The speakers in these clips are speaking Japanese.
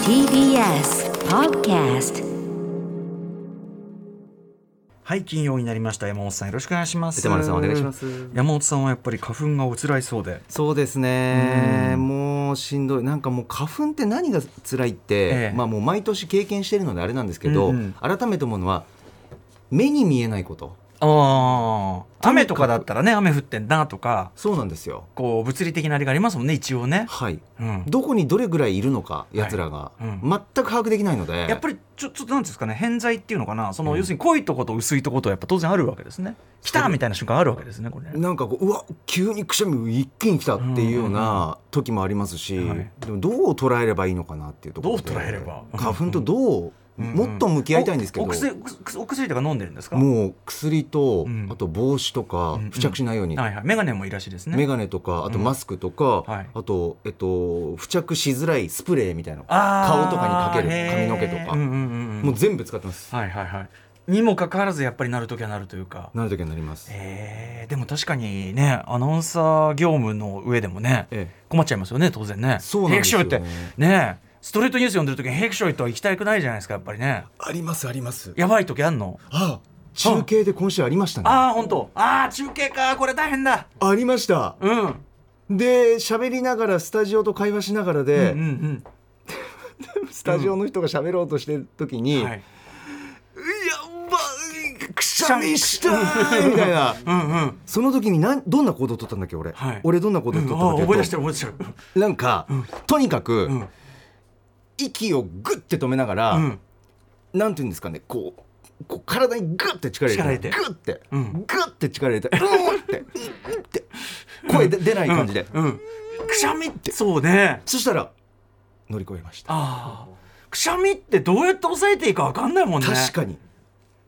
TBS Podcast はい金曜になりました山本さんよろしくお願いします手丸さんお願いします山本さんはやっぱり花粉がおつらいそうでそうですね、もうしんどい、なんかもう花粉って何が辛いって、ええまあ、もう毎年経験してるのであれなんですけど、うんうん改めて思うのは、目に見えないこと、ああ雨とかだったらね雨降ってんなとかそうなんですよ、こう物理的なあれがありますもんね一応ね、はい、うん、どこにどれぐらいいるのか、やつらが、いうん全く把握できないので、やっぱりちょちょっとなんていうんですかね偏在っていうのかなその、うん要するに濃いとこと薄いとことやっぱ当然あるわけですね来たみたいな瞬間あるわけですねこれねなんかこう、うわ急にくしゃみ、一気に来たっていうような時もありますし、はいでもどう捉えればいいのかなっていうところで、どう捉えれば花粉とどう、うんもっと向き合いたいんですけど。おお薬お薬お薬とか飲んでるんですかもう薬と、うんあと帽子とか、うんうん付着しないように、はいはい眼鏡もいいらしいですねメガネとかあとマスクとか、うんはいあと、えっと、付着しづらいスプレーみたいなのあー顔とかにかけるへー髪の毛とかうんうんうんうんもう全部使ってます、はいはいはいにもかかわらずやっぱりなるときはなるというかなる時になります、えーでも確かにねアナウンサー業務の上でもねえ困っちゃいますよね当然ねそうなんですよ平気症ってねストレートニュース読んでる時にヘクショイとは行きたくないじゃないですかやっぱりねありますありますやばい時あんのあ中継で今週ありましたねあああ本当ああ中継かこれ大変だりましたうんうんで喋りながらスタジオと会話しながらで、うんスタジオの人が喋ろうとしてる時うに、んやはっいばいくしゃみしたーみたいなうんうんその時になんどんな行動を取ったんだっけ俺、はい俺どんな行動を取ったあーんだっけ覚え出してる覚え出してるなんか、とにかく、うん息をグッて止めながら、うんなんていうんですかねこうこう体にグッて力入れて力グッて、うんグッて力入れてうーってうーって声で出ない感じで、うんくしゃみってそうねそしたら乗り越えました、ああくしゃみってどうやって抑えていいかわかんないもんね確かに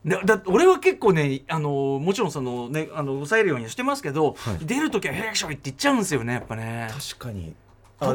だだ俺は結構ねあのもちろんそのねあの抑えるようにしてますけど、はい出る時は「ヘクショイ」って言っちゃうんですよねやっぱね。確かにあ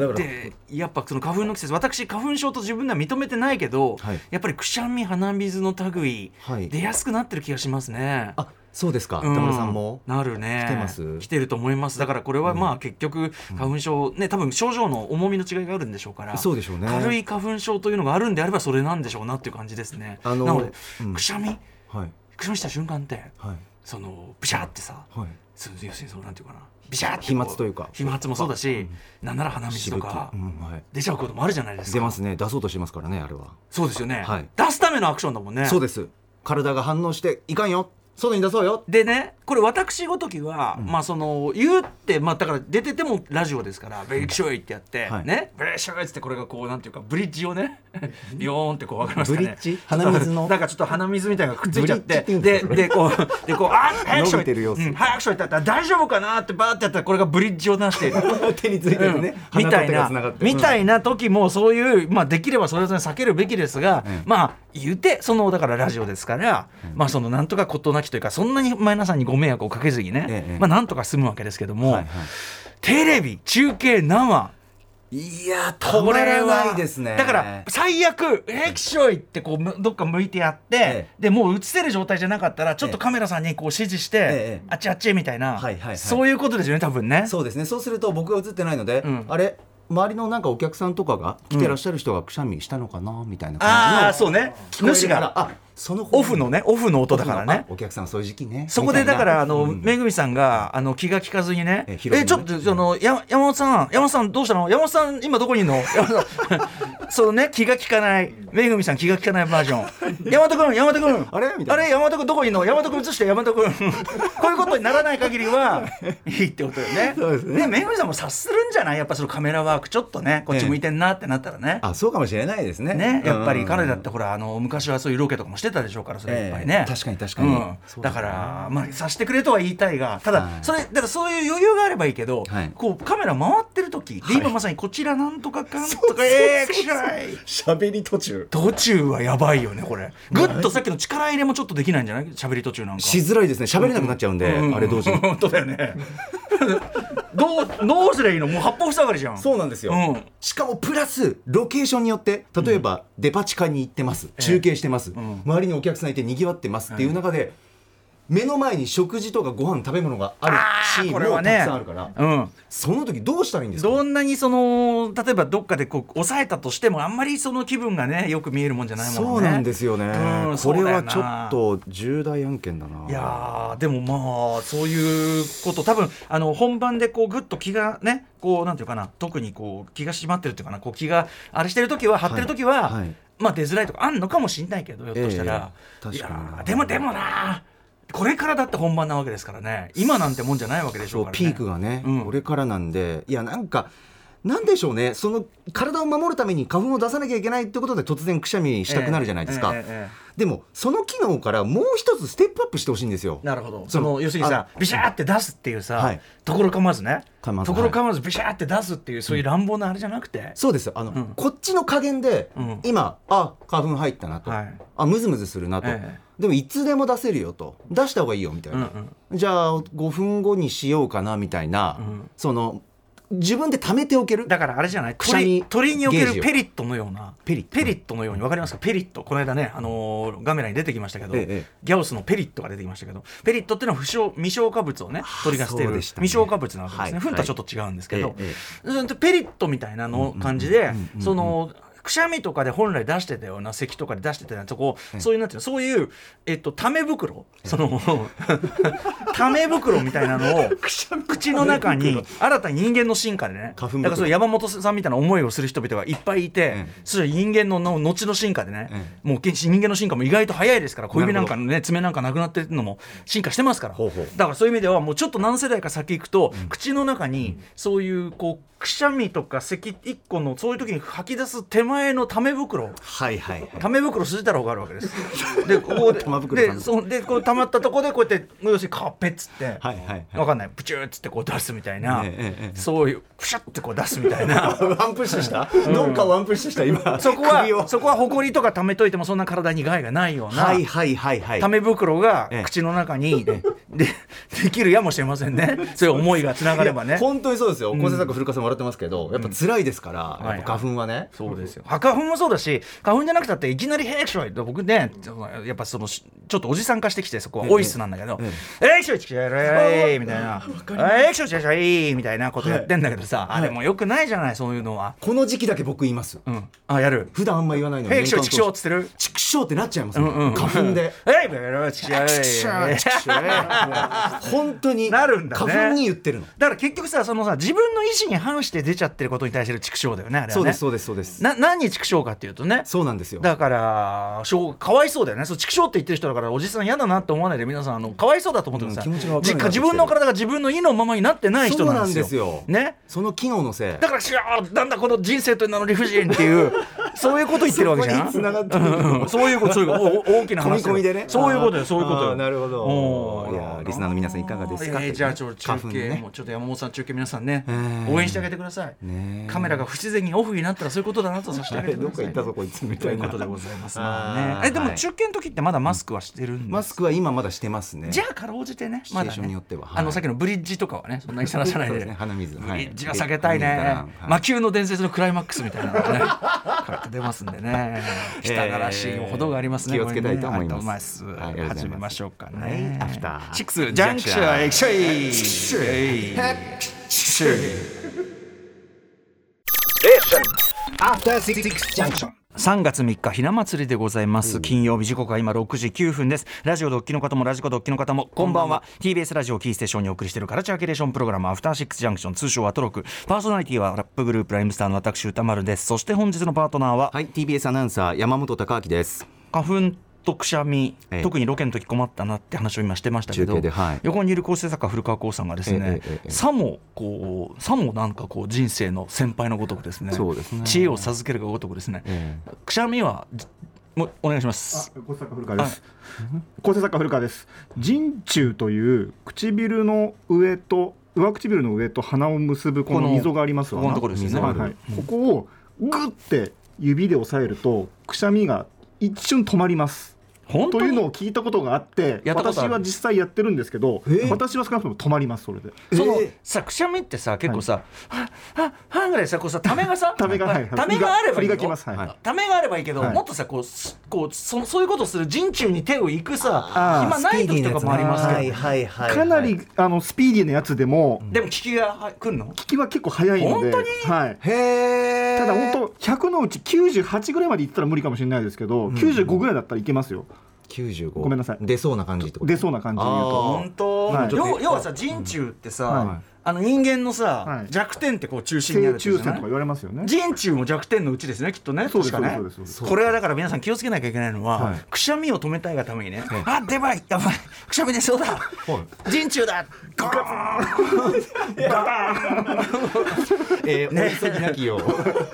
だだっからてやっぱその花粉の季節私花粉症と自分では認めてないけど、はいやっぱりくしゃみ鼻水の類、はい出やすくなってる気がしますね。あそうですかう田村さんも、なるね来てます来てると思いますだからこれはまあ結局花粉症、ね多分症状の重みの違いがあるんでしょうからそうでしょうね軽い花粉症というのがあるんであればそれなんでしょうなっていう感じですねあのなので、うんくしゃみはいくしゃみした瞬間ってはいそのブシャーってさはいそ要するにそうなんていうかなビシャーってこ飛沫というか飛沫もそうだし、なんなら鼻水とか、しぶきうんはい、出ちゃうこともあるじゃないですか出ますね出そうとしてますからねあれは、そうですよね、はい出すためのアクションだもんねそうです体が反応していかんよ外に出そうよ でねこれ私ごときは、まあその言うって、まあ、だから出ててもラジオですから「ベリキショイ」ってやって、はいねベリキショイっつってこれがこうなんていうかブリッジを ねビヨーンってこう分かりますかねブリッジ鼻水の なんかちょっと鼻水みたいなのがくっついちゃってブリッジでって言うんでこうでこう「あっ早くしろ伸びてる様子うん早くしろ」ってやったら「大丈夫かな?」ってバーってやったらこれがブリッジを出している。手についてるね、うんみたい鼻と手がな繋がってみたいな時もそういう、まあ、できればそれぞれ避けるべきですが、ええまあ言うてそのだからラジオですから、まあそのなんとか事なきというかそんなに前田さんにご迷惑をかけずにね、ええええまあなんとか済むわけですけども、はいはテレビ中継生いやーこ止まれらはないですねだから最悪「えきしょい」ってこうむどっか向いてやって、ええでもう映せる状態じゃなかったらちょっとええカメラさんにこう指示して、ええあっちあっちみたいな、はいはいはいそういうことですよね多分ね。そうですねそうすると僕が映ってないので、んあれ周りのなんかお客さんとかが来てらっしゃる人がくしゃみしたのかなみたいなああ感じのそうね聞こえ主るからがあその方オフのねオフの音だからねあお客さんそういう時期ねそこでみだたいなからあの、うんめぐみさんがあの気が利かずにね、ええ広いのねちょっとそのや山本さん、山本さんどうしたの、山本さん今どこにいるの、 山本さんそのね気が利かないめぐみさん気が利かないバージ ョン、山本君、山本君、あれみたいなあれ山本君どこにいるの、山本君映して山本 君、こういうことにならない限りはいいってことよね。そうですねめぐみさんも察するんじゃない、やっぱそのカメラワークちょっとねこっち向いてんなってなったらね。あそうかもしれないですねね、やっぱりうん彼だってほらあの昔はそういうロケとかもしてたでしょうからそれいっぱいね、ええ確かに確かにうんそうでだすかねらまあさしてくれとは言いたいがただはいそれだからそういう余裕があればいいけど、はいこうカメラ回ってる時、で今まさにこちらなんとかかんとかええくしゃい喋り途中途中はやばいよねこれぐっとさっきの力入れもちょっとできないんじゃない喋り途中なんかしづらいですね喋れなくなっちゃうんで、あれ同時に 本当だよねどうどうすりゃいいのもう八方塞がりじゃんそうなんですよ、うんしかもプラスロケーションによって例えばデパ地下に行ってます、中継してます、周りにお客さんいてにぎわってますっていう中で、目の前に食事とかご飯食べ物があるシーンこれはもねたくさんあるから、うん、その時どうしたらいいんですかどんなにその例えばどっかでこう抑えたとしてもあんまりその気分がねよく見えるもんじゃないもんね。そうなんですよね、うんこれそうだよはなちょっと重大案件だないやーでもまあそういうこと多分あの本番でこうぐっと気がねこうなんていうかな特にこう気が締まってるっていうかなこう気があれしてる時は張ってる時は、はいはいまあ出づらいとかあんのかもしんないけどひょっとしたら、ええいや確かにーでもでもなーこれからだって本番なわけですからね今なんてもんじゃないわけでしそょううから、ね、ピークがね、うんこれからなんでいやなんかなんでしょうねその体を守るために花粉を出さなきゃいけないってことで突然くしゃみしたくなるじゃないですか、えええええでもその機能からもう一つステップアップしてほしいんですよえなるほどそそのの要するにさあビシャーって出すっていうさ、はいところ構わずね構わずところ構わずビシャーって出すっていうそういう乱暴なあれじゃなくて、そうですよあの、うんこっちの加減で、うん今あ花粉入ったなと、はいあムズムズするなと、ええでもいつでも出せるよと出した方がいいよみたいな、うんじゃあ5分後にしようかなみたいな、んその自分で貯めておけるだからあれじゃないくしゃみ鳥鳥におけゲージるをペリットのようなペリットのように分かりますかペリットこの間ね、あのー、ガメラに出てきましたけど、ええギャオスのペリットが出てきましたけどペリットっていうのは不消未消化物をね鳥が捨てそる、うでしたね未消化物なわけですね、はいフンとはちょっと違うんですけど、ええうんペリットみたいなの感じで、そのくしゃみとかで本来出してたような咳とかで出してたようなとこ、そういうなんていうのそういうえっとため袋その ため袋みたいな のを口の中に新たに人間の進化でねだ花粉か袋らそう山本さんみたいな思いをする人々がいっぱいいて、ええそれは人間のの後の進化でね、えもうけ人間の進化も意外と早いですから小指ななるんほどかのね爪なんかなくなってるのも進化してますからほうほうだからそういう意味ではもうちょっと何世代か先行くと、口の中にそういうこうくしゃみとか咳一個のそういう時に吐き出す手前のため袋はいはいはいため袋筋太郎があるわけ です。でここで玉袋さんでそんでこう溜まったとこでこうやって要するにカッペっつって。はいはいわかんないプチューっつってこう出すみたいな、ええええそういうプシャってこう出すみたいなワンプッシュした、どっかワンプッシュした今そこ首をはそこは埃とか溜めといてもそんな体に害がないような、はいはいはいはいため袋がええ口の中にででできるやもしれません ねそういう思いがつながればいねや本当にそうですよ構成作家古川さんも笑ってますけど、やっぱ辛いですから、はいやっぱ花粉はねそうですよ花粉もそうだし花粉じゃなくたっていきなり「ヘイショイ」僕ねそのやっぱそのしちょっとおじさん化してきてそこはええオイスなんだけどえ「ヘイショイチキシャイ」みたいな「ヘイショイチキシャイ」みたいなことやってんだけどさ、あれもよくないじゃないそういうのは。この時期だけ僕言います、うん、あやる普段あんま言わな「いのにヘイショイチキショイ」っ年間通つしってる。てチクショーってなっちゃいますね、うんうん花粉 で「ヘイベロチキシチクショャーイチクショー本当になるんだね花粉に言ってるの、」だから結局さそのさ自分の意思に反して出ちゃってることに対してる畜生だよねあれはね。そうですそうですそうですな何に畜生かっていうとねそうなんですよだからしょうかわいそうだよねそう畜生って言ってる人だからおじさん嫌だなって思わないで皆さんあのかわいそうだと思ってください、うん気持ちがわかるじ自分の体が自分の意のままになってない人なんですよそうなんですよねその機能のせいだからしゃーなんだこの人生という名の理不尽っていうそういうこと言ってるわけじゃんそこに繋がってくるうんうんそういうことそういうことおお大きな込み話込みでねそういうことよそういうことあーよなるほどおーいやーリスナーの皆さんいかがですかえーじゃあちょっと花中粉継、でねもうちょっと山本さん中継皆さんね、ー応援してあげてください、ねえカメラが不自然にオフになったらそういうことだなとさせてあげてくどっだかさい行ったぞこいつみとたいいうなことでございますあまあーね。えでもはい中堅の時ってまだマスクはしてるんです。マスクは今まだしてますねじゃあかろうじてね、シチまュエだーションにねよっては。はいあのさっきのブリッジとかはね、そんなにさらさないそうでですね。鼻水ブはリいッジは避けたいね鼻水から。はい魔球の伝説のクライマックスみたいなのがね、 こうやって出ますんでね。えー汚らしいほどがありますね。気をつけたいと思いますこれねはあいありりががととううございます始めございまますしょうかね。はいアフターシックスジャンクションエクショイ。ショイ After Six Junction. 3月3日ひな祭りでございます金曜日時刻は今6時9分ですラジオドッキの方もラジコドッキの方もこんばんは TBS ラジオキーステーションにお送りしているカルチャーキュレーションプログラムアフターシックスジャンクション通称アトロクパーソナリティはラップグループライムスターの私歌丸ですそして本日のパートナーははい TBS アナウンサー山本貴明です花粉とくしゃみ、ええ特にロケの時困ったなって話を今してましたけ中ど継ではい横にいる構成作家古川光さんがですね、ええええええさもこうさもなんかこう人生の先輩のごとくですねそうですね知恵を授けるがごとくですね、えくしゃみはじもうお願いします。構成作家古川です。構成作家古川です。人中という唇の上と上唇の上と鼻を結ぶここのの溝がありますわここのなところですよねはいはいここをグッて指で押さえるとくしゃみが一瞬止まります。本当とにいうのを聞いたことがあってやったことあ私るは実際やってるんですけど、え私は少なくとも止まりますそれで。そのえさくしゃみってさ結構さ「ははは」ぐらいさこうさためがさ ためがはいためがあればいい振りが来ますはいためがあればいいけどはいもっとさこうすこうそそういうことをする人中に手をいくさあー暇ない時とかもありますけどはいはいはいはいかなり、あのスピーディーなやつでも、でも聞きがは来るの聞きは結構早いの本で、当にはい、へえただ本当100のうち98ぐらいまでいったら無理かもしれないですけど、95ぐらいだったらいけますよ95ごめんなさい出そうな感じってこと出そうな感じで言うあーと。本当、はい要要はさ人中ってさ、はいあの人間のさ、はい弱点ってこう中心にあ性る抽選じとゃかない言われますよね。人中も弱点のうちですねきっとねそうです確かねそうですそうですそうですこれはだから皆さん気をつけなきゃいけないのは、はいくしゃみを止めたいがためにね、あ出ばいやばいくしゃみ出そうだ人中だゴー えーお急ぎなきようン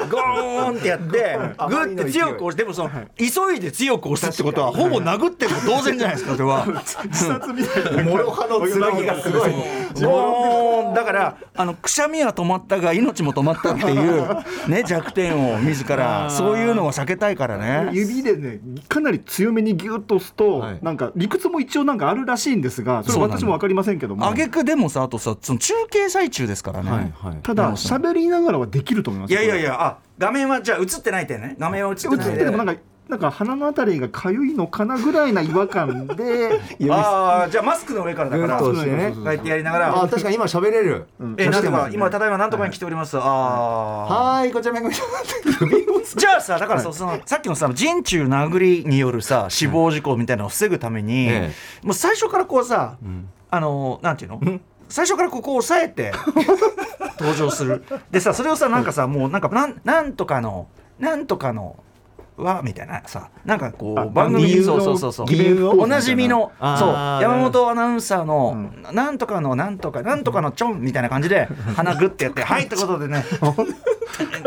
ゴーンってやってあグまりッのて勢い強く押してでもその、急いで強く押すってことはほぼ殴ってるの同然じゃないですかそれ は。自殺みたいな。もろ刃の剣がすごいゴーンだからあのくしゃみは止まったが命も止まったっていう、ね、弱点を自らそういうのを避けたいからね。 指でねかなり強めにギュッと押すと、はいなんか理屈も一応なんかあるらしいんですがそれそうなんだ私も分かりませんけども挙句でもさあとさその中継最中ですからね。はいいはいただなるほ喋りながらはできると思いますよやいやいやあ画面はじゃあ映ってないってね画面は映ってこなれい映っててもなんかなんか鼻のあたりがかゆいのかなぐらいな違和感 でああじゃあマスクの上からだからこグッと押してねうやってやりながあら。確かに今喋れる、えなんと押してまかすね今ただいまなんとかに来ております。ああ。はーいこちらめぐみさん指をつ じゃあさだからそそのさっきのさ人中殴りによるさ死亡事故みたいなのを防ぐために、えもう最初からこうさ、あのなんていうの最初からここを押さえて登場するでさそれをさなんかさもうなんかなんなんとかのなんとかのわみたいなさなんかこあう番組理に由そうのそうそうそう理由をおなじみのあーそうなるほ山ど本アナウンサーの、なんとかのなんとかなんとかのちょんみたいな感じで鼻グッてやって「はい」ってことでね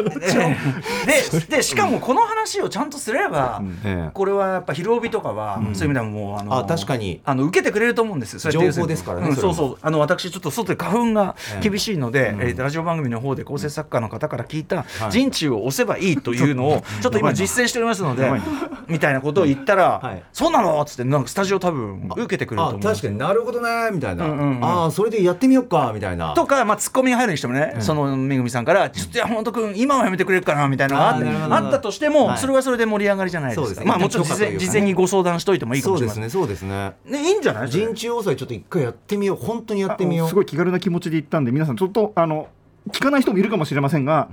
ででしかもこの話をちゃんとすれば、ええこれはやっぱ疲労日とかは、そういう意味ではもうあのあ確かにあの受けてくれると思うんですよそうやって情報ですからねうんそれそもうそうあの私ちょっと外で花粉が厳しいので、えーラジオ番組の方で構成作家の方から聞いた「人中を押せばいい」というのをちょっと今実践しておりますのでみたいなことを言ったら「はいそうなの?」っつってなんかスタジオ多分受けてくれるとあ思う。確かになるほどねみたいな、うんうんうんああそれでやってみようかみたいなとか、まあ、ツッコミが入るにしてもね、そのめぐみさんから「ちょっと山本君今はやめてくれるかな」みたいなのがあってあーなるほどあったとしても、はいそれはそれで盛り上がりじゃないですそうでかすねまあもちろん事前許可というかね事前にご相談しといてもいいかそもうしれでますせんねそうですねねいいんじゃないそれ人中抑えちょっと一回やってみよう本当にやってみよあうのすごい気軽な気持ちで行ったんで皆さんちょっとあの聞かない人もいるかもしれませ んが、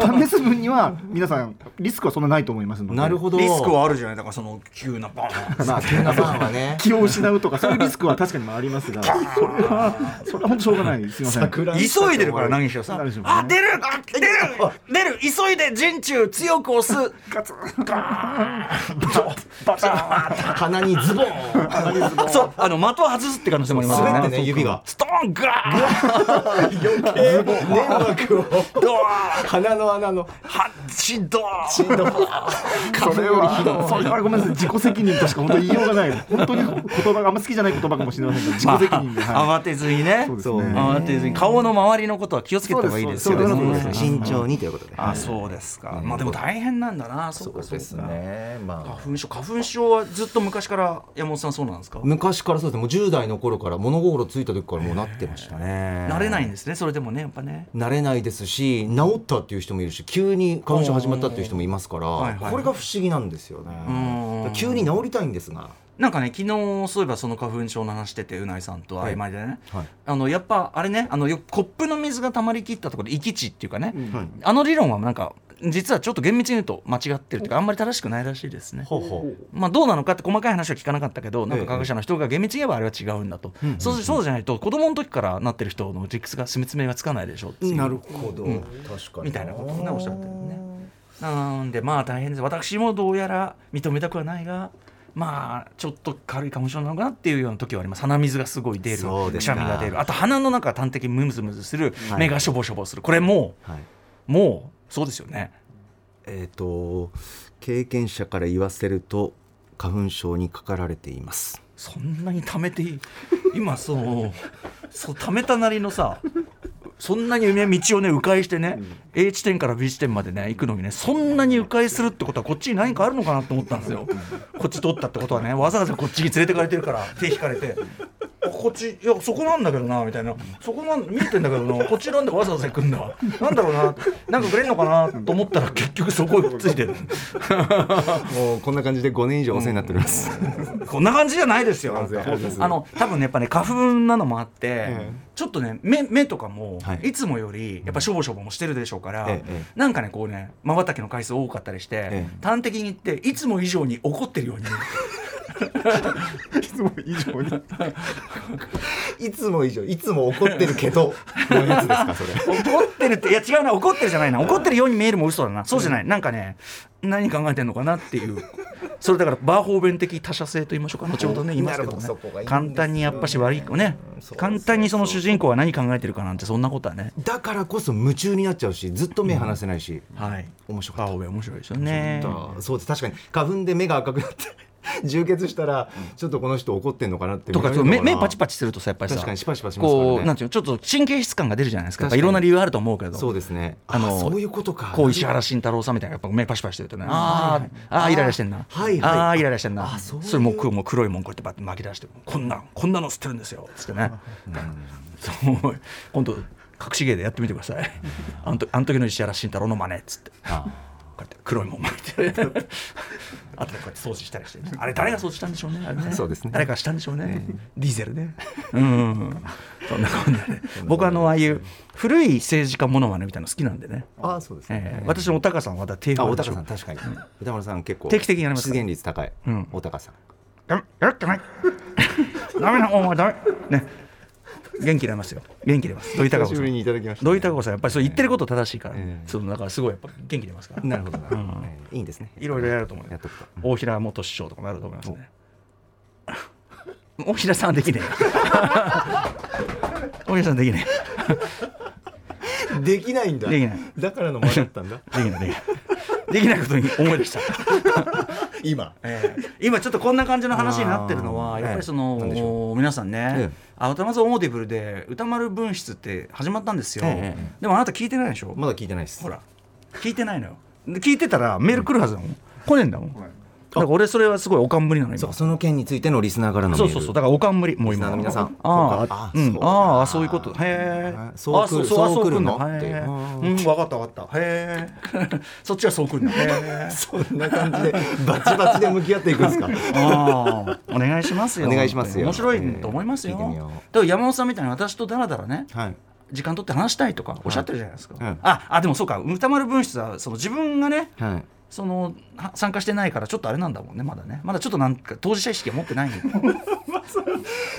試す分には皆さんリスクはそんなないと思いますのでなるほどリスクはあるじゃないだからその急なバ ーンまあ急なバーンは ね気を失うとかそういうリスクは確かにもあります がそれはそれは本当しょうがないすいません急いでるから何しろさなるでしょうねあ出るあ出る出る急いで陣中強く押すガツンガーンバター鼻にズボン ンそうあの的を外すって可能性もありますよ滑ってねね指がストーンガーンズボン粘膜をドワーン鼻の穴のハッチドワーンそれはそれはごめんなさい自己責任としか本当に言いようがない本当に言葉があんま好きじゃない言葉かもしれませんが自己責任で、はい慌てずにねそうですね慌てずに顔の周りのことは気をつけた方がいいですよねそうですそうです慎重にということであそうですかまあでも大変なんだなそうかそうかね花まあ粉症花粉症はずっと昔から山本さんそうなんですか、昔からそうですねもう10代の頃から物心ついた時からもうなってましたね慣れないんですねそれでもねやっぱね慣れないですし治ったっていう人もいるし急に花粉症始まったっていう人もいますから、いはいこれが不思議なんですよね、んだから急に治りたいんですがなんかね昨日そういえばその花粉症の話しててうないさんと曖昧でね、はいあのやっぱあれねあのよコップの水が溜まりきったところでき地っていうかね、はいあの理論はなんか実はちょっと厳密に言うと間違ってるというかあんまり正しくないらしいですね。ほうほうまあ、どうなのかって細かい話は聞かなかったけどなんか科学者の人が厳密に言えばあれは違うんだと、そうそうじゃないと子供の時からなってる人の理屈が説明がつかないでしょっていうなるほど、確かにみたいなことをねおっしゃってるね。なんでまあ大変です私もどうやら認めたくはないがまあちょっと軽い花粉症なのかなっていうような時はあります鼻水がすごい出るそうくですしゃかみが出るあと鼻の中が端的にムズムズする、はい目がしょぼしょぼするこれもはい、うもうそうですよねえっ、と経験者から言わせると花粉症にかかられていますそんなに溜めていい今そうそう溜めたなりのさそんなにね道をね迂回してね、A 地点から B 地点までね行くのにねそんなに迂回するってことはこっちに何かあるのかなと思ったんですよこっち通ったってことはねわざわざこっちに連れてかれてるから手引かれて。あこっちいやそこなんだけどなみたいなそこなん見えてんだけどなこっちなんでわざわざ行くんだなんだろうななんかくれんのかなと思ったら結局そこにくっついてる もうこんな感じで5年以上お世話になっております、こんな感じじゃないですよ。そうですあの多分ねやっぱね花粉なのもあって、ちょっとね目目とかも、はいい、つもよりやっぱしょぼしょぼもしてるでしょうから、ええなんかねこうねまばたきの回数多かったりして、ええ端的に言っていつも以上に怒ってるようにいつも以上にいつも以上いつも怒ってるけ どのやつですかそれ怒ってるっていや違うな怒ってるじゃないな怒ってるように見えるも嘘だなそうじゃない、なんかね何考えてんのかなっていうそれだからバーホーベン的他者性と言いましょうか後ほどね言いますけどなねるほどそこがいいんですよね簡単にやっぱし悪いねそう簡単にその主人公は何考えてるかなんてそんなことはねだからこそ夢中になっちゃうしずっと目離せないし、はい面白かっバーホーベン面白いですよねた、そうです確かに花粉で目が赤くなって 充血したらちょっとこの人怒ってんのかなってとかそう目目パチチパチするとさやっぱりさ確かにシパシパしますからねこうなんていうのちょっと神経質感が出るじゃないですかやっぱ確かにいろんな理由あると思うけどそうですねああののそういうことかこう石原慎太郎さんみたいなやっぱ目パシパシしてるとねあーあーイライラしてんなはいはいあーイライラしてんなあそういうそれもう黒もう黒いもんこうやってバッて巻き出してこんなんこんなの捨てるんですよつってね そう今度隠し芸でやってみてくださいあんとあの時の石原慎太郎の真似っつってあこうやって黒いもん巻い てあとでこうやって掃除したりして あれ誰が掃除したんでしょうねあれ ねそうですね誰かしたんでしょうねディーゼルねうん そんなこんなで 僕あのああいう古い政治家ものまねみたいなの好きなんでねあそうですね、ええ私のお高さんはまだ定あ番でおたしかょさん確かに歌丸さん結構定期的にやります出現率高い、うんおたかさんややるってない ダメなお前ダメね元気出ますよ元気出ます土井高久子しさぶりにんいただきました、土井高子さんやっぱりそう言ってること正しいから、ええそのだからすごいやっぱ元気出 ますからなるほどな、えーいいんですねいろいろやると思うよやっとくと大平元首相とかなると思いますね。大平さんはでき ねえ。大平さんできね できないんだできないだからの間だったん だえ。できないできない。できないことに思い出した。今ええ今ちょっとこんな感じの話になってるのあはーやっぱりそええなんでしの皆さんねええ「あ歌丸さんオーディブル」で「歌丸分室」って始まったんですよええええでもあなた聞いてないでしょまだ聞いてないですほら聞いてないのよで聞いてたらメール来るはずだもん来ねえんだもんだから俺それはすごいおかんぶりなのそ今うその件についてのリスナーからのメーそルうそうそうだからおかんむりもうリスナー今の皆さんあそうかああうんそうああそういうことへえそうあ来るあそう来るの来んだってへえうんうんわかったわかったへえ そっちはそうくんだへえそんな感じでバチバチで向き合っていくんですかああお願いしますよお願いしますよ面白いと思いますよええ聞いてみようだから山本さんみたいに私とダラダラね はい時間取って話したいとかおっしゃってるじゃないですかはいああでもそうか歌丸分室はその自分がねはいそのは参加してないからちょっとあれなんだもんねまだねまだちょっとなんか当事者意識を持ってないんで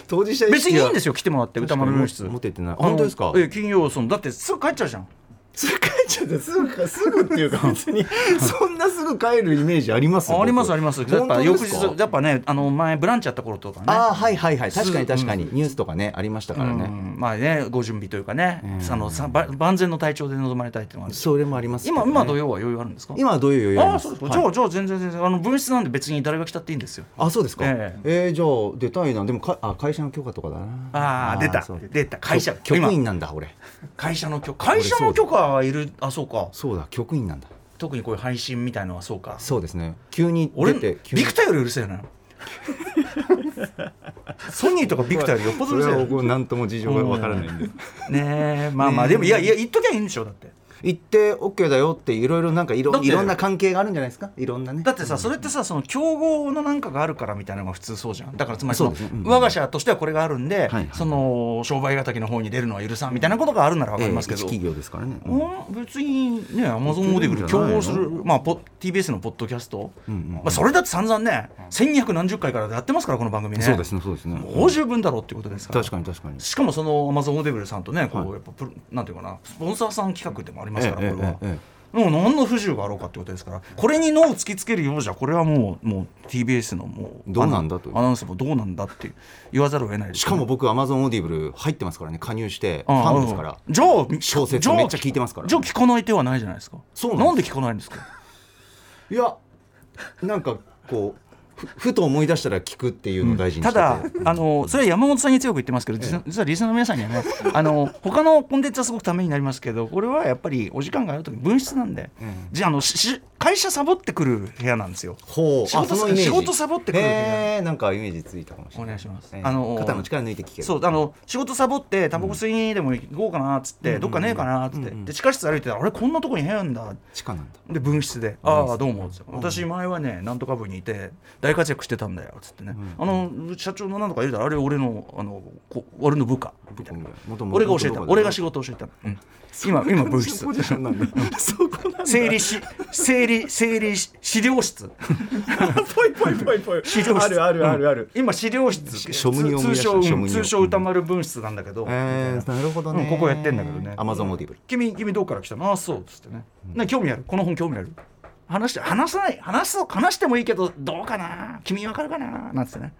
当事者意識別にいいんですすよ来てもらって歌丸分室持ててなあいの本当ですかええ金曜そのだってすぐ帰っちゃうじゃんすぐ帰っちゃってすぐかすぐっていうか別にそんなすぐ帰るイメージありますありますありますやっ本ぱ当翌です日かやっぱねあの前ブランチやった頃とかねああはいはいはいすぐ確かに確かにニュースとかねありましたからうねんまあねご準備というかね、あのさば万全の体調で臨まれたいっていうのがあるんですよそれもありますけどね今今土曜は余裕あるんですか今はどういう余裕ありあますそうですか、じゃあじゃあ全然全然あの分室なんで別に誰が来たっていいんですよあそうですかええーじゃあ出たいなでもかあ会社の許可とかだなああ出たそう出た会社局今員なんだ俺会社の許会社の許可はいるあそうかそうだ局員なんだ特にこういう配信みたいのはそうかそうですね急に俺出て急にビクターよりうるせえ なソニーとかビクターよりよっぽどそうるれせえなは僕何とも事情がわからないんでねえまあまあでもいやいや言っときゃいいんでしょだって行って OK だよっていろいろなんかいろだっていろんな関係があるんじゃないですかいろんなねだってさそれってさその競合のなんかがあるからみたいなのが普通そうじゃんだからつまりそそのうですねうん我が社としてはこれがあるんではいその商売敵の方に出るのは許さんみたいなことがあるならわかりますけええ一ど企業ですからね、うんうん別にねアマゾンオーディブルいける競んじゃないの合するまあポ TBS のポッドキャストんうんうんまあそれだって散々ね1200何十回からやってますからこの番組ねそうですねそうですねもう十分だろうってことですから確かに確かにしかもそのアマゾンオーディブルさんとねこはうやっぱプロなんていうかなスポンサーさん企画でもありますからこれはえええええもう何の不自由があろうかってことですからこれに脳を突きつけるようじゃこれはもうもう TBS のもうどうなんだとアナアナウンスもどうなんだって言わざるを得ないですしねかも僕アマゾンオーディブル入ってますからね加入してフああァンですからじゃあ小説じあめっちゃ聞いてますからじゃあ聞かない手はないじゃないですかそうななんんで聞かないんですかいやなんかこうふふと思い出したら聞くっていうのを大事にたしてて、だあのそれは山本さんに強く言ってますけど実は実はリスナーの皆さんにはねあの他のコンテンツはすごくためになりますけどこれはやっぱりお時間がある時分室なんで、じゃああのしし会社サボってくる部屋なんですよ。ほう仕事あそのイメージ仕事サボってくるねへーなんかイメージついたかもしれないお願いしますええあの肩の力抜いて聞けるそうあの仕事サボってタバコ吸いにでも行こうかなっつって、どっかねえかなっつって、で地下室歩いてたらあれこんなとこに部屋あんだ地下なんだで分室で「ああどうも」私前はねなんとか部にいて大活躍してたんだよ」っつってね「あの社長のなんとか言うたらあれ俺のあのこ俺の部下」みたいな元々俺が教え元た々俺が仕事を教えたの、うん今今分室 ポジションなんだ そこなんだ整理し整理整理し資料 室ぽいぽいぽいぽい資料室あるあるあるある、今資料室書無に思通い出した称書無に通称歌丸分室なんだけど、えー、なるほどね、うんここやってんだけどねアマゾンオーディブル君君どっから来たのあそうっつってね、な興味あるこの本興味ある話して話さない話そう話してもいいけどどうかな君わかるかななんつってね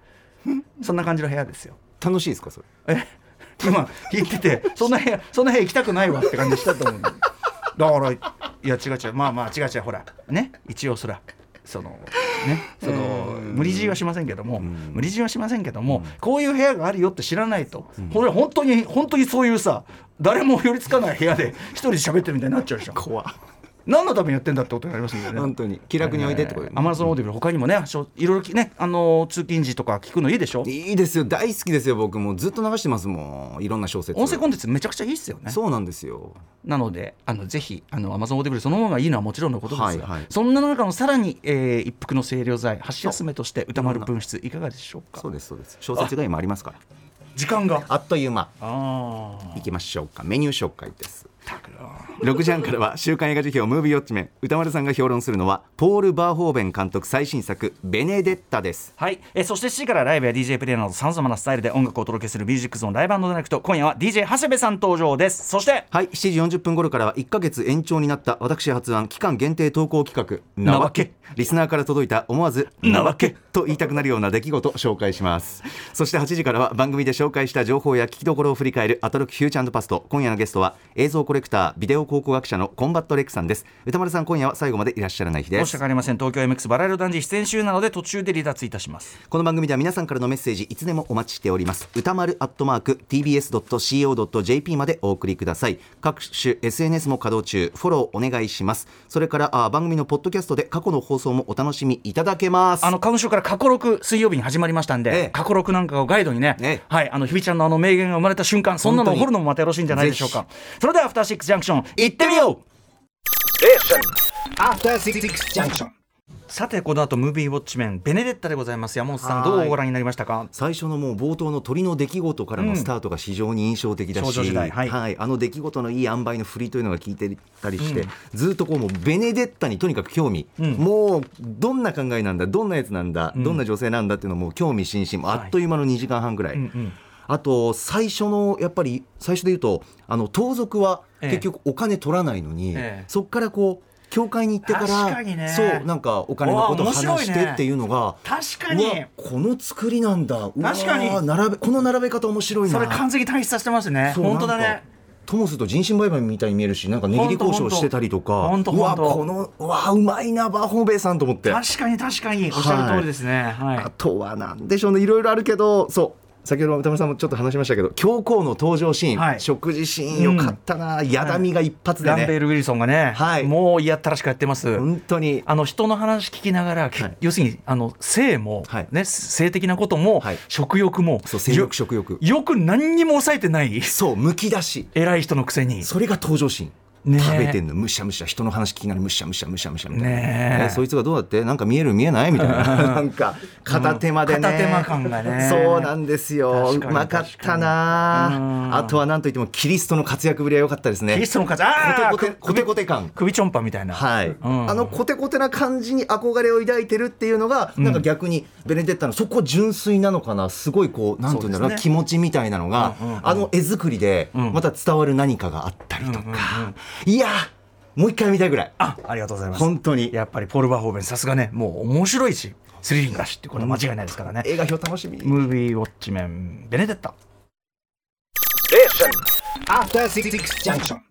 そんな感じの部屋ですよ楽しいですかそれえ 今聞いててそんな部屋そんな部屋行きたくないわって感じしたと思うだからいや違う違うまあまあ違う違うほらね一応そらそのねその無理強いはしませんけども無理強いはしませんけどもこういう部屋があるよって知らないとこれ本当に本当にそういうさ誰も寄りつかない部屋で一人で喋ってるみたいになっちゃうでしょ怖何のためにやってんだってことになりますんでね本当に気楽においでってことえーアマゾンオーディブル他にもねしょいろいろきねあの通勤時とか聞くのいいでしょいいですよ大好きですよ僕もうずっと流してますもんいろんな小説音声コンテンツめちゃくちゃいいっすよねそうなんですよなのであのぜひあの Amazon オーディブルそのものがいいのはもちろんのことですが、はいはいそんな中のさらに、えー一服の清涼剤箸休めとして歌丸分室いかがでしょうかそうですそうです小説が今ありますから時間があっという間ああいきましょうかメニュー紹介です6時半からは週刊映画辞表ムービーウォッチメン歌丸さんが評論するのはポール・バーホーベン監督最新作「ベネデッタ」ですはい、えーそして7時からライブや DJ プレイなどさまざまなスタイルで音楽をお届けするミュージックゾーンライブディレクト今夜は DJ 長谷部さん登場ですそしてはい7時40分頃からは1ヶ月延長になった私発案期間限定投稿企画なわけリスナーから届いた思わずなわけと言いたくなるような出来事を紹介しますそして8時からは番組で紹介した情報や聞きどころを振り返るアトロックフューチャーパスト今夜のゲストは映像コレクタービデオ考古学者のコンバットレックさんです歌丸さん今夜は最後までいらっしゃらない日で申しす訳ありません東京 MX バラ色男児出演中なので途中で離脱いたしますこの番組では皆さんからのメッセージいつでもお待ちしております歌丸アットマーク tbs.co.jp までお送りください各種 SNS も稼働中フォローお願いしますそれからあ番組のポッドキャストで過去の放送もお楽しみいただけますあの今週から過去6水曜日に始まりましたんで、ええ過去6なんかをガイドにね、ええはい、あのひびちゃんのあの名言が生まれた瞬間そんなのを掘るのもまたよろしいんじゃないでしょうかそれでは「アフターシックスジャンクション」いってみよう After Six Junction. さてこの後ムービーウォッチメンベネデッタでございます山本さんどうご覧になりましたか最初のもう冒頭の鳥の出来事からのスタートが非常に印象的だし、少女時代はいあの出来事のいい塩梅の振りというのが効いてたりして、ずっとこうもうベネデッタにとにかく興味、もうどんな考えなんだどんなやつなんだ、どんな女性なんだっていうのもう興味津々あっという間の2時間半ぐらい。あと最初のやっぱり最初で言うとあの盗賊はええ結局お金取らないのに、ええそこからこう教会に行ってか確かにらねそうなんかお金のことを話してっていうのが確うわこの作りなんだうわ確かに並べこの並べ方面白いそなれ完全に退出させてますねそう本当だなんかねともすると人身売買みたいに見えるしなんか値切り交渉してたりとかほんとうほわんとこのうわうまいなバーホーベイさんと思って確かに確かにおっしゃる通りですね、はいあとはなんでしょうねいろいろあるけどそう先ほど歌丸さんもちょっと話しましたけど教皇の登場シーン、はい食事シーンよかったなやだみが一発でランベねール・ウィルソンがね、はいもうやったらしくやってます本当にあの人の話聞きながら、けはい要するにあの性も、はいね、性的なことも、はい食欲もそう性欲食欲よく何にも抑えてないそうむき出し偉い人のくせにそれが登場シーン。ねえ食べてんのむしゃむしゃ人の話聞きながらむしゃむしゃむしゃむしゃみたいな、ねええそいつがどうだってなんか見える見えないみたいななんか片手間でね片手間感がねそうなんですよ確うかにまかっ確かたにうんなあとはなんといってもキリストの活躍ぶりは良かったですねリストの数ああコテコテコテコテ感首ちょんぱみたいな、はい、んあのコテコテな感じに憧れを抱いてるっていうのが、なんか逆にベネデッタのそこ純粋なのかなすごいこうなんていうんだろうなそうです気持ちみたいなのが、あの絵作りでまた伝わる何かがあったりとか、いやーもう一回見たいぐらいあありがとうございます本当にやっぱりポール・バーホーベンさすがねもう面白いしスリリングだしっていうことは間違いないですからね、映画表楽しみにムービーウォッチメンベネデッタ After Six Junction.